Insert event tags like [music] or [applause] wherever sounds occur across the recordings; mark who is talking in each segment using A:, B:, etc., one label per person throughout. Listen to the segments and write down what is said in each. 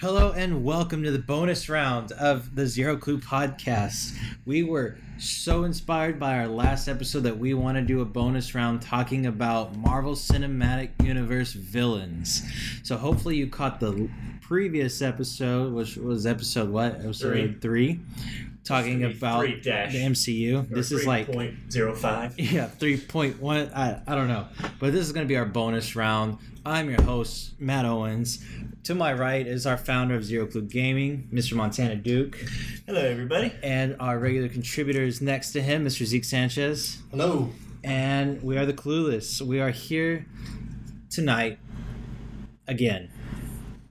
A: Hello and welcome to the bonus round of the Zero Clue podcast. We were so inspired by our last episode that we want to do a bonus round talking about Marvel Cinematic Universe villains. So hopefully you caught the previous episode, which was episode what? Episode three. talking
B: Three-
A: about
B: three dash-
A: the MCU.
B: Or
A: This is like [laughs]
B: 3.05.
A: yeah, three point one. I, I don't know, but this is gonna be our bonus round. I'm your host, Matt Owens. To my right is our founder of Zero Clue Gaming, Mr. Montana Duke,
B: Hello, everybody.
A: and our regular contributors next to him, Mr. Zeke Sanchez.
B: Hello.
A: And we are the Clueless. We are here tonight again.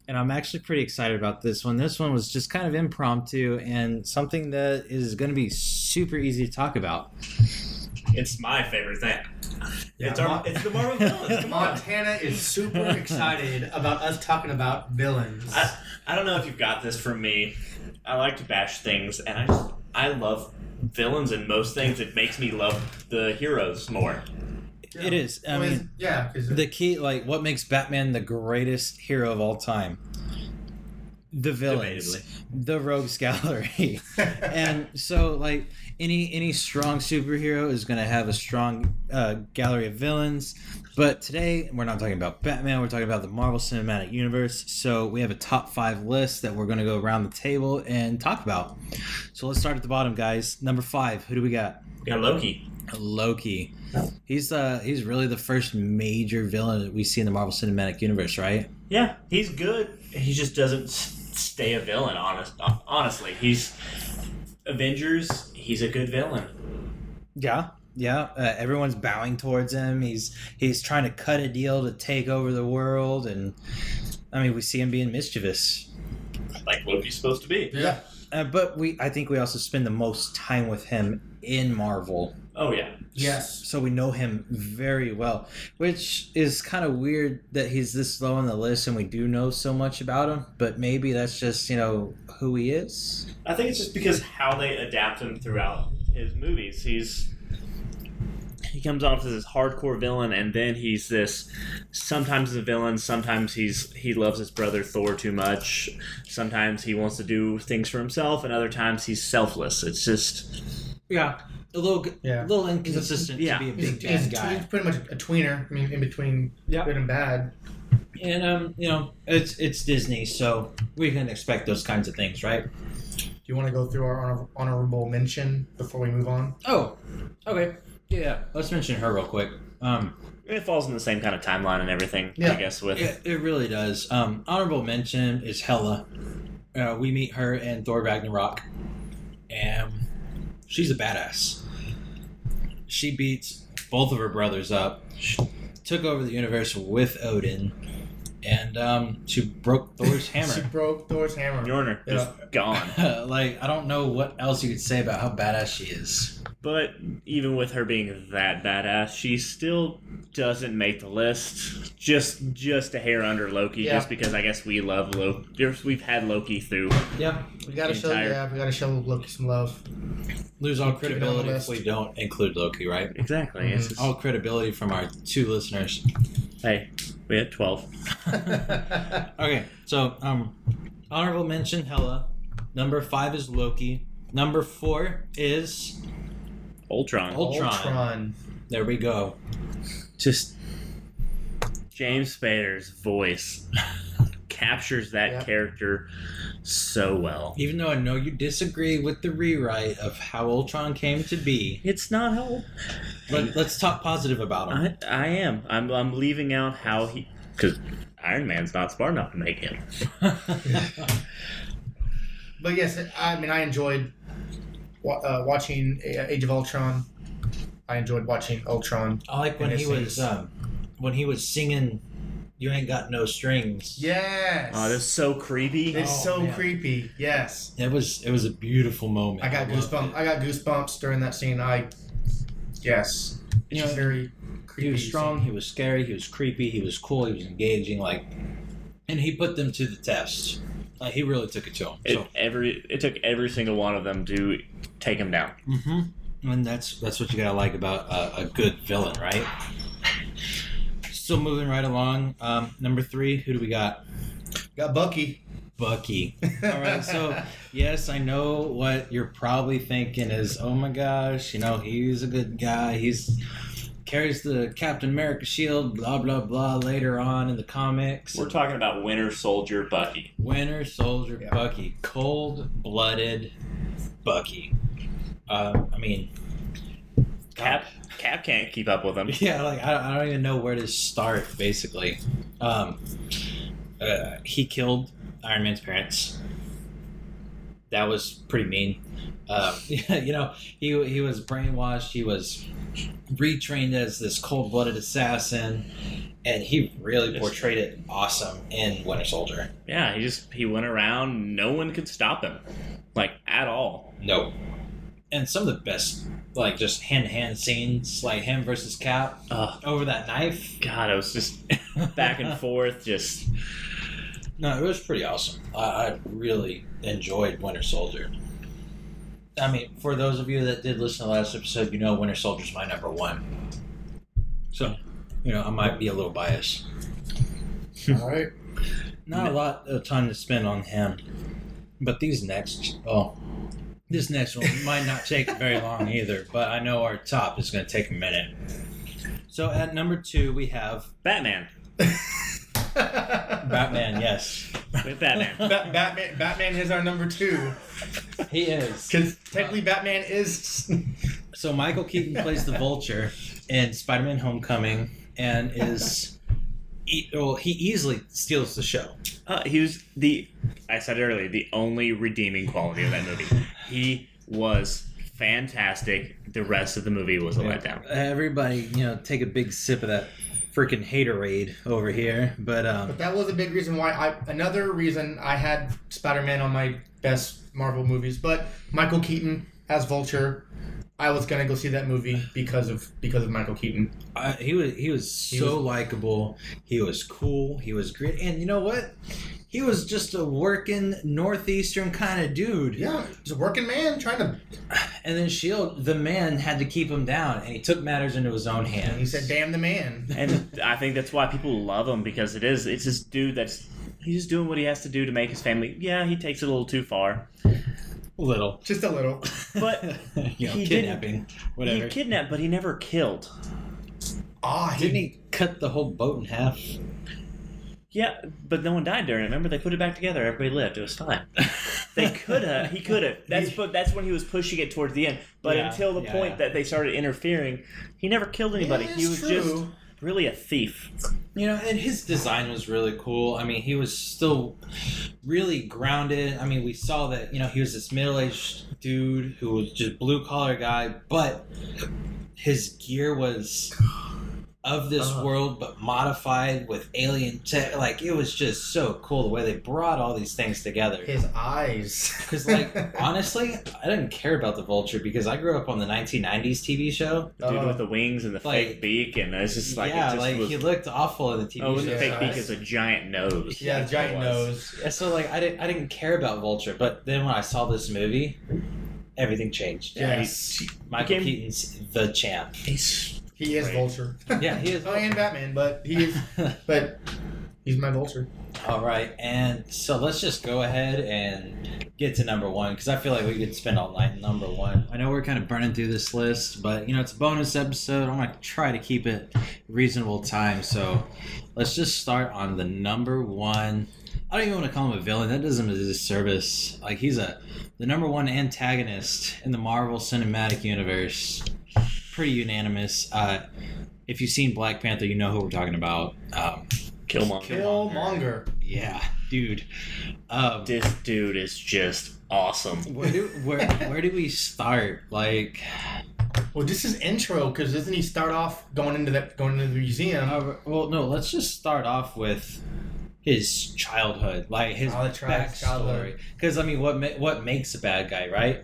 A: And I'm actually pretty excited about this one. This one was just kind of impromptu and something that is going to be super easy to talk about.
B: It's my favorite thing.
C: Yeah,
B: it's, our,
C: Mon-
B: it's the Marvel villains. Come on.
C: [laughs] Montana is super
A: [laughs]
C: excited about us talking about villains.
B: I, I don't know if you've got this from me. I like to bash things, and I just, I love villains and most things. It makes me love the heroes more.
A: It is. I mean,
C: yeah, because
A: the key like what makes batman the greatest hero of all time the villains the rogues gallery [laughs] and so like any any strong superhero is going to have a strong uh, gallery of villains but today we're not talking about batman we're talking about the marvel cinematic universe so we have a top five list that we're going to go around the table and talk about so let's start at the bottom guys number five who do we got
B: We got Loki.
A: Loki. He's uh he's really the first major villain that we see in the Marvel Cinematic Universe, right?
B: Yeah, he's good. He just doesn't s- stay a villain. Honest, honestly, he's Avengers. He's a good villain.
A: Yeah. Yeah, uh, everyone's bowing towards him. He's he's trying to cut a deal to take over the world, and I mean, we see him being mischievous.
B: Like Loki's supposed to be.
C: [laughs] yeah,
A: Uh, but we, I think, we also spend the most time with him in Marvel.
B: Oh yeah.
C: yes,
A: so we know him very well, which is kind of weird that he's this low on the list and we do know so much about him. But maybe that's just you know who he is.
B: I think it's just because how they adapt him throughout his movies. He's he comes off as this hardcore villain, and then he's this sometimes he's a villain, sometimes he's he loves his brother Thor too much, sometimes he wants to do things for himself, and other times he's selfless. It's just
A: Yeah, a little,
C: Yeah.
A: little inconsistent
B: Yeah.
A: to be a
C: he's,
A: big bad
C: he's, a tw- he's
A: guy.
C: pretty much a tweener. I mean, in between
A: Yeah.
C: good and bad.
A: And um, you know, it's it's Disney, so we can expect those kinds of things, right?
C: Do you want to go through our honor- honorable mention before we move on?
A: Oh, okay, yeah. Let's mention her real quick. Um,
B: it falls in the same kind of timeline and everything. I
C: Yeah.
B: guess with
A: It, it really does. Um, honorable mention is Hella. Uh, we meet her in Thor Ragnarok, and she's a badass. She beats both of her brothers up. She took over the universe with Odin, and um, she broke Thor's
C: She
A: hammer. [laughs]
C: broke Thor's hammer.
B: Mjolnir just gone.
A: like I don't know what else you could say about how badass she is.
B: But even with her being that badass, she still doesn't make the list. Just just a hair under Loki,
C: Yeah.
B: just because I guess we love Loki. We've had Loki through.
A: Yeah,
C: we gotta show,
B: Entire-
C: yeah, we gotta show Loki some love. [laughs]
A: lose all
C: Keep it on the
A: credibility if
C: list.
A: we don't include Loki, right?
B: Exactly. It's
C: Mhm.
B: just,
A: All credibility from our two listeners.
B: Hey, we had 12.
A: Okay, so um, honorable mention Hella. Number five is Loki. Number four is
B: Ultron.
A: Ultron.
C: Ultron.
A: There we go. Just
B: James Spader's voice [laughs] captures that
C: Yeah.
B: character so well.
A: even though I know you disagree with the rewrite of how Ultron came to be,
B: It's not how
A: let, let's talk positive about
C: [laughs]
A: him.
B: I, I am. I'm, I'm leaving out how he. Because Iron Man's not smart enough to make him.
C: But yes, I mean, I enjoyed wa- uh, watching A- Age of Ultron. I enjoyed watching Ultron.
A: I like when
C: And
A: he
C: it
A: was
C: sings.
A: um, when he was singing, "You ain't got no strings."
C: Yes.
B: Oh, that's so creepy.
C: It's
A: Oh,
C: so
A: man.
C: creepy. Yes.
A: It was it was a beautiful moment.
C: I got
A: loved
C: goosebumps.
A: it.
C: I got goosebumps during that scene. I yes. It's
A: You know,
C: just very creepy.
A: He was strong.
C: scene.
A: He was scary. He was creepy. He was cool. He was engaging. Like, and he put them to the test. Like, he really took it to him.
B: It, every it took every single one of them to take him down.
A: So, hmm and that's that's what you gotta like about a, a good villain, right? Still moving right along. Um, number three, who do we got?
C: Got Bucky.
A: Bucky. All right,
C: [laughs]
A: so yes, I know what you're probably thinking is, oh my gosh, you know, he's a good guy. He's carries the Captain America shield, blah blah blah. Later on in the comics,
B: We're talking about Winter Soldier Bucky.
A: Winter Soldier
C: Yeah.
A: Bucky, cold blooded Bucky. Um, I mean, [laughs]
B: Cap Cap can't keep up [laughs] with him.
A: yeah, like I, I don't even know where to start. Basically, um, uh, he killed Iron Man's parents. That was pretty mean. Um, [laughs] you know, he he was brainwashed. He was retrained as this cold-blooded assassin, and he really
B: Yes.
A: portrayed it awesome in Winter Soldier.
B: Yeah, he just he went around. No one could stop him, like at all.
A: No, and some of the best, like just hand-to-hand scenes, like him versus Cap
B: Ugh.
A: over that
B: [laughs]
A: knife.
B: God, I was just back [laughs] and forth. Just
A: No, it was pretty awesome. I, I really enjoyed Winter Soldier. I mean, for those of you that did listen to the last episode, you know Winter Soldier's my number one. So, you know, I might be a little biased.
C: All [laughs] right.
A: Not a lot of time to spend on him. But these next, oh, this next one might not take very long either, but I know our top is going to take a minute. So at number two, we have
B: Batman
A: Batman, yes.
B: with Batman.
C: Bat- Batman. Batman is our number two
A: He is.
C: because technically Batman is. [laughs]
A: So Michael Keaton plays the Vulture in Spider-Man: Homecoming, and is e- well, he easily steals the show.
B: [laughs] Uh, he was the I said it earlier the only redeeming quality of that movie. He was fantastic. The rest of the movie was a letdown.
A: Everybody, you know, take a big sip of that freaking haterade over here. But um,
C: But that was a big reason why I. Another reason I had Spider Man on my best Marvel movies, but Michael Keaton as Vulture. I was gonna go see that movie because of because of Michael Keaton.
A: I, he was he was so
C: was-
A: likable. He was cool. He was great. And you know what? He was just a working northeastern kind of dude.
C: Yeah, he's a working man trying to.
A: And then Shield, the man, had to keep him down, and he took matters into his own hands.
C: And he said, "Damn the man."
B: And I think that's why people love him because it is it's this dude that's he's just doing what he has to do to make his family. Yeah, he takes it a little too far.
A: "Little,
C: Just a little.
B: But
A: [laughs] you know,
B: He didn't-
A: kidnapping, whatever."
B: he kidnapped, but he never killed.
C: Ah,
A: Didn't he cut the whole boat in half?
B: Yeah, but no one died during it. Remember, they put it back together. Everybody lived. It was
A: [laughs]
B: fine. They could have. He could have. That's but that's when he was pushing it towards the end. But
A: Yeah,
B: until the
A: yeah,
B: point
A: yeah.
B: that they started interfering, he never killed anybody.
C: Yeah,
B: he
C: it's
B: was
C: true.
B: just really a thief.
A: You know, and his design was really cool. I mean, he was still really grounded. I mean, we saw that, you know, he was this middle aged dude who was just blue collar guy, but his gear was of this
B: Uh-huh.
A: world but modified with alien tech. Like, it was just so cool the way they brought all these things together.
C: his eyes.
A: Because,
C: [laughs]
A: like, honestly, I didn't care about the vulture because I grew up on the 1990s TV show.
B: The dude
C: Uh,
B: with the wings and the
A: like-
B: fake beak, and it's just like it
A: yeah,
B: just
A: like,
B: was.
A: he looked awful in the TV
B: oh, it
A: show.
B: wasn't a fake
C: Yeah.
B: beak. It's a giant nose.
C: yeah,
B: That's what it
C: giant
B: was.
C: nose.
A: And so like I didn't I didn't care about Vulture, but then when I saw this movie, everything changed.
B: Yeah,
C: Yes,
A: Michael
B: Became-
A: Keaton's the champ.
B: He's
C: he is
B: Right.
C: Vulture.
A: [laughs] Yeah, he is.
C: [laughs]
A: [laughs]
C: Oh, and Batman, but he is, but he's my Vulture.
A: All right, and so let's just go ahead and get to number one because I feel like we could spend all night in number one. I know we're kind of burning through this list, but you know it's a bonus episode. I'm gonna try to keep it reasonable time. So let's just start on the number one. I don't even want to call him a villain. That does him a disservice. Like he's a the number one antagonist in the Marvel Cinematic Universe. Pretty unanimous. Uh, if you've seen Black Panther, you know who we're talking about. Um,
B: Killmonger.
A: Killmonger.
C: Killmonger.
A: yeah, dude. Um,
B: This dude is just awesome.
A: where do where where do we start? Like,
C: Well, this is intro because doesn't he start off going into that going into the museum?
A: uh, well, no, let's just start off with his childhood, like his
C: Oh, that's right, his
A: backstory.
C: childhood.
A: Because I mean, what ma- what makes a bad guy, right?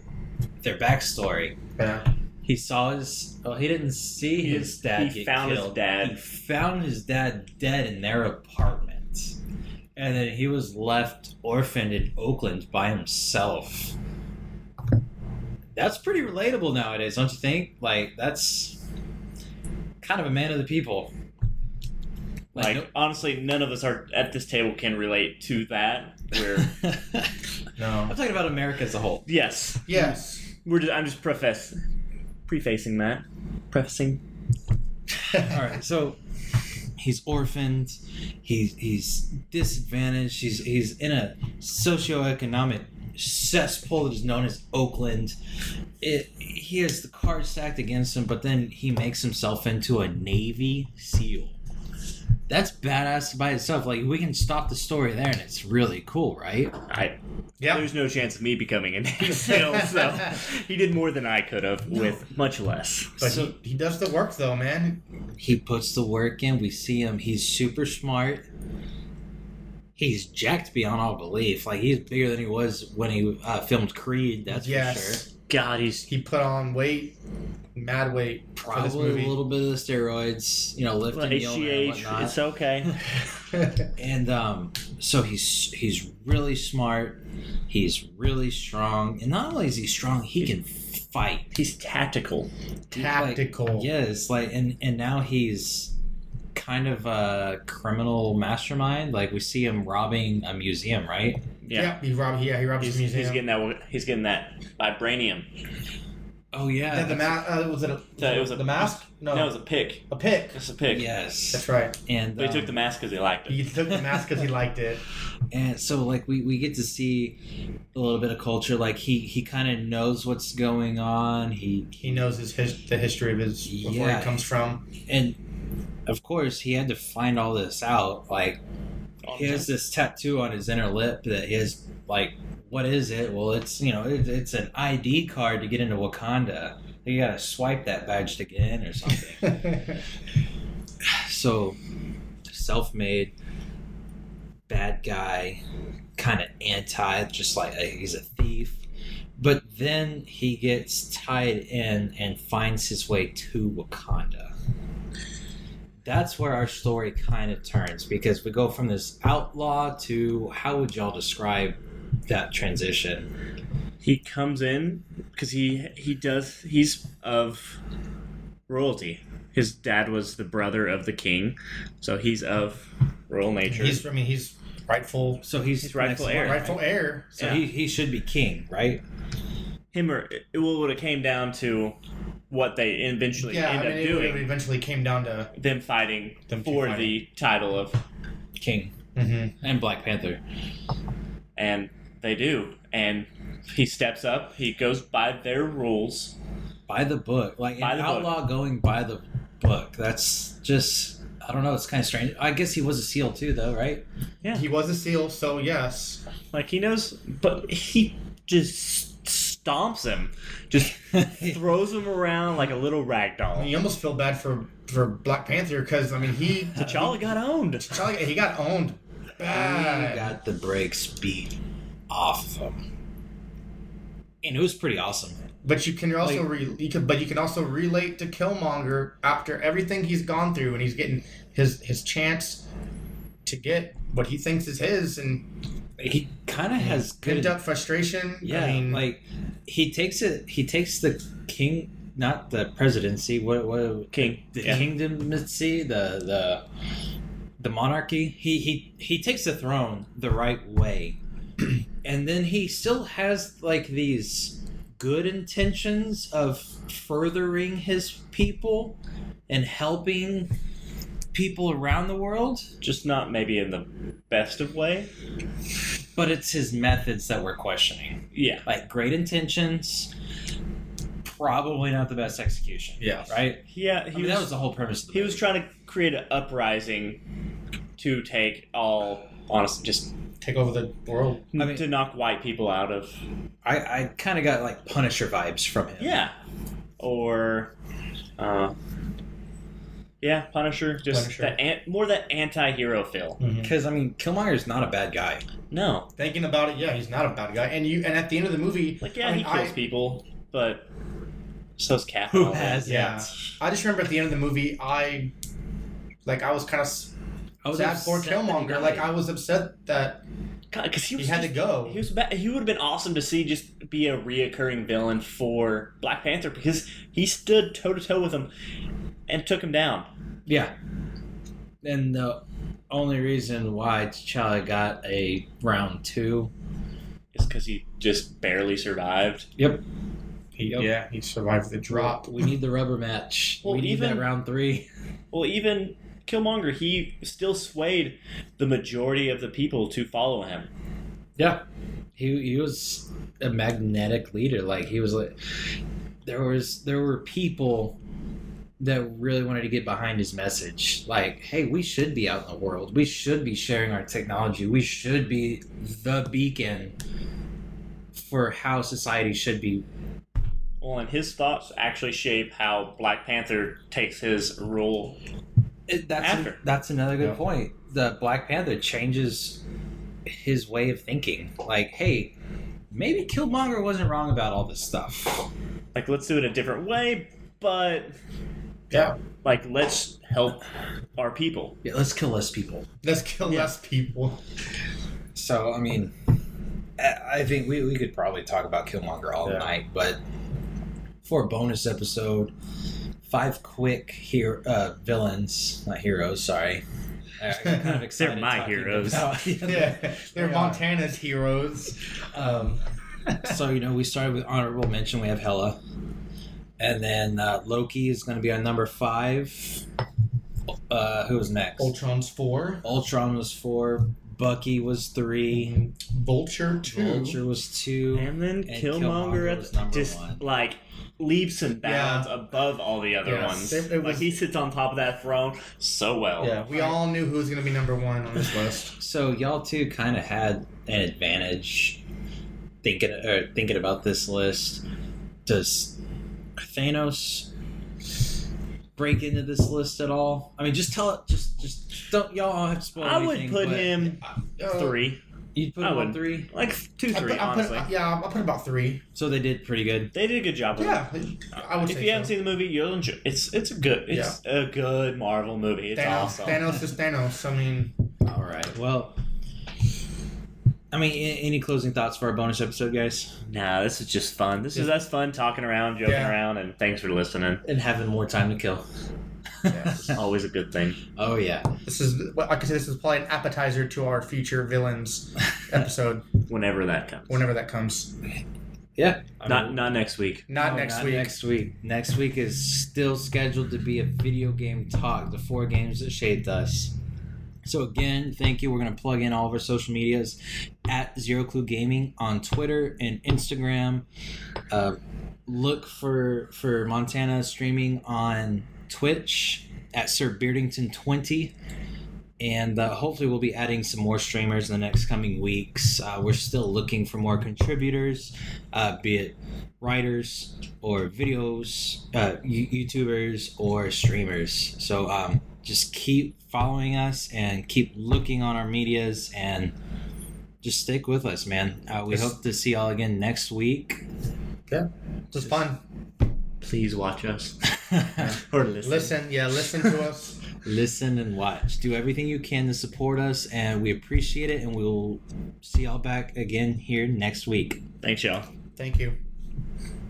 A: Their backstory.
C: Yeah.
A: He saw his. Well, he didn't see
B: He-
A: his dad.
B: he
A: get
B: found his
A: killed.
B: dad.
A: He found his dad dead in their apartment, and then he was left orphaned in Oakland by himself. That's pretty relatable nowadays, don't you think? Like that's kind of a man of the people.
B: Like,
A: Like, nope.
B: honestly, none of us are at this table can relate to that. We're
C: No.
A: [laughs] I'm talking about America as a whole.
B: yes,
C: [laughs] Yes.
B: we're just I'm just preface, prefacing that, prefacing.
A: All right, so he's orphaned, he's he's disadvantaged, he's he's in a socioeconomic cesspool that is known as Oakland. It, he has the cards stacked against him, but then he makes himself into a Navy SEAL. That's badass by itself. Like we can stop the story there, and it's really cool, right?
B: I
C: Yeah.
B: there's no chance of me becoming an [laughs]
A: [laughs]
B: SEAL, so he did more than I could have with much less.
C: But
A: So-
C: he, he does the work though, man.
A: He puts the work in. We see him. He's super smart. He's jacked beyond all belief. Like he's bigger than he was when he uh, filmed Creed. That's for sure.
C: yes.
B: God, he's
C: He put on weight, mad weight. For this
A: Probably
C: movie.
A: a little bit of the steroids. You know, lifting the and
B: HGH.
A: whatnot.
B: It's okay.
A: [laughs]
C: [laughs]
A: and um, so he's he's really smart. He's really strong, and not only is he strong, he can fight.
B: He's tactical.
C: Tactical.
A: Yes, like and and now he's kind of a criminal mastermind. Like we see him robbing a museum, right?
B: Yeah.
C: he robbed. Yeah, he robbed
B: He's,
C: his museum.
B: he's getting that. He's getting that vibranium.
A: Oh yeah,
C: Then the mask. Uh, was it a?
B: No, it was a-
C: the mask. No,
A: Oh.
B: No, it was a pick.
C: a pick.
B: It's a pick.
A: Yes,
C: That's right.
A: and
B: They
A: um,
B: took the mask because they liked it.
C: He took the mask because he liked it.
A: and so like we, we get to see a little bit of culture like he he kind of knows what's going on he
C: He knows his, his the history of his of where
A: Yeah.
C: he comes from. [laughs]
A: and of course he had to find all this out like he has this tattoo on his inner lip that is like what is it well it's you know it, it's an id card to get into wakanda you gotta swipe that badge to get in or something so self-made bad guy kind of anti just like uh, he's a thief but then he gets tied in and finds his way to wakanda that's where our story kind of turns because we go from this outlaw to how would y'all describe that transition
B: He comes in because he he does. He's of royalty. His dad was the brother of the king, so he's of royal nature.
C: he's. I mean, he's rightful.
A: so he's,
B: He's rightful
A: next-
B: heir.
C: Rightful heir.
A: so
B: Yeah.
A: he, he should be king right
B: Him or well, would have came down to what they eventually
C: Yeah,
B: end
C: I mean,
B: up
C: it
B: doing.
C: really eventually came down to.
B: Them fighting
C: Them two
B: for the title of,
A: king
C: Mhm.
A: and black panther
B: and they do. And he steps up. He goes by their rules.
A: by the book like
B: By
A: an
B: the book.
A: outlaw going by the book that's just i don't know it's kind of strange i guess he was a seal too though right
B: Yeah.
C: He was a seal, so yes.
B: Like he knows, but he just stomps him, [laughs] just throws him around like a little rag
C: I mean,
B: doll.
C: you almost feel bad for for Black Panther because I mean he
B: T'Challa got owned.
C: T'Challa- he got owned
A: he
C: bad.
A: got the brakes beat off of him and it was pretty awesome
C: But you can also
A: Like-
C: re- you can, but you can also relate to Killmonger after everything he's gone through, and he's getting his his chance to get what he thinks is his, and
A: he kind of has good
C: pent up frustration.
A: yeah
C: I mean,
A: like he takes it he takes the king not the presidency what what
B: King.
A: the
B: Yeah.
A: kingdomancy, the the the monarchy. He he he takes the throne the right way, [clears throat] and then he still has like these good intentions of furthering his people and helping people around the world.
B: Just not maybe in the best of way.
A: But it's his methods that we're questioning.
B: Yeah.
A: Like great intentions, probably not the best execution.
C: Yes.
A: Right.
B: Yeah.
A: I
B: He
A: mean,
B: was,
A: that was the whole premise. Of the
B: he was
A: movie.
B: trying to create an uprising to take all. Honestly, just
C: take over the world.
A: I mean-
B: to knock white people out of.
A: I, I kind of got like Punisher vibes from him.
B: Yeah. Or. Uh, yeah, Punisher. Just
C: Punisher.
B: that an- more that anti-hero feel.
A: Because I mean, Killmonger is not a bad guy.
B: No,
C: Thinking about it, yeah, he's not a bad guy, and you and at the end of the movie,
B: Like, yeah,
C: I
B: he
C: mean,
B: kills
C: I-
B: people, but so's Cap.
A: Who has?
C: yeah. I just remember at the end of the movie, I like I was kind of
A: I was
C: sad for
A: upset that he
C: Killmonger.
A: died.
C: Like I was upset that
B: Because he,
C: he
B: was
C: had to
B: just-
C: go.
B: He was ba- he would have been awesome to see just be a reoccurring villain for Black Panther because he stood toe to toe with him and took him down.
A: yeah, and the only reason why T'Challa got a round two.
B: It's because he just barely survived.
C: He,
A: Yep.
C: Yeah, he survived the drop.
A: We need the rubber match.
B: Well,
A: we need
B: even-
A: that round three.
B: Well, even Killmonger, he still swayed the majority of the people to follow him.
A: Yeah, he he was a magnetic leader. Like he was like there was there were people that really wanted to get behind his message. Like, hey, we should be out in the world. We should be sharing our technology. We should be the beacon for how society should be.
B: Well, and his thoughts actually shape how Black Panther takes his role.
A: It- That's an-
B: After.
A: that's another good
C: Yeah.
A: point. The Black Panther changes his way of thinking. Like, hey, maybe Killmonger wasn't wrong about all this stuff.
B: Like, let's do it a different way, but
C: Yeah.
B: like, let's help our people.
A: Yeah, let's kill less people.
C: Let's kill
B: Yeah.
C: less people.
A: So I mean, I I think we, we could probably talk about Killmonger all
C: Yeah.
A: night, but for a bonus episode, five quick hero uh, villains, not heroes. Sorry, I got kind
B: [laughs]
A: of excited
B: my
A: talking [laughs]
B: heroes.
A: about-
C: Yeah, [laughs] they're
A: They are.
C: Montana's heroes.
A: Um, so you know, we started with honorable mention. We have Hela, and then uh, Loki is going to be our number five. Uh, who was next?
C: Ultron's four,
A: Ultron was four. Bucky was three.
C: Vulture two.
A: Vulture was two.
B: And then
A: And Killmonger
B: Killmonger, at
A: was
B: the-
A: number
B: just
A: one.
B: like leaps and bounds above all the other
C: Yes.
B: ones.
C: It- it
B: like
C: was-
B: he sits on top of that throne so well.
C: Yeah, we all knew who was going to be number one on this list.
A: So y'all two kind of had an advantage thinking or thinking about this list. Does Thanos break into this list at all? I mean, just tell it. Just just don't y'all all have to spoil.
B: I would
A: anything,
B: put
A: but
B: him
C: [laughs] Uh,
B: three,
A: You'd put
B: I
A: him on
B: would.
A: three.
B: like two,
C: I put-
B: three.
C: I put-
B: honestly,
C: yeah, I'll put about three.
A: So they did pretty good.
B: they did a good job. with it.
C: Yeah, I would
B: If
C: say
B: you haven't
C: so.
B: seen the movie, you'll enjoy. It's it's a good it's a good Marvel movie. It's
C: Thanos,
B: awesome.
C: Thanos is Thanos. I mean,
A: All right. Well. I mean, a- any closing thoughts for our bonus episode, guys?
B: Nah, this is just fun. This is us fun talking around, joking
C: Yeah.
B: around, and thanks for listening.
A: And having more time to kill.
C: yeah.
B: It's always a good thing.
A: [laughs] Oh yeah.
C: [laughs] this is well, like I said, this is probably an appetizer to our future [laughs] villains episode
B: Whenever that comes.
C: whenever that comes.
A: Yeah.
B: Not not next week.
C: Not
A: No,
C: next week.
A: Next week. Next week is still scheduled to be a video game talk. The four games that shaped us. So again, thank you. We're gonna plug in all of our social medias at Zero Clue Gaming on Twitter and Instagram. Uh, look for for Montana streaming on Twitch at Sir Beardington twenty. And uh, hopefully, we'll be adding some more streamers in the next coming weeks. Uh, we're still looking for more contributors, uh, be it writers, or videos, uh, Yo- YouTubers, or streamers. So um, just keep following us and keep looking on our medias and just stick with us, man. Uh, we
C: Yes.
A: hope to see y'all again next week. [laughs]
C: It was fun.
B: Please watch
C: [laughs]
B: us or listen.
C: Listen, yeah, listen to [laughs] us.
A: Listen and watch. Do everything you can to support us, and we appreciate it. And we will see y'all back again here next week.
B: Thanks, y'all.
C: Thank you.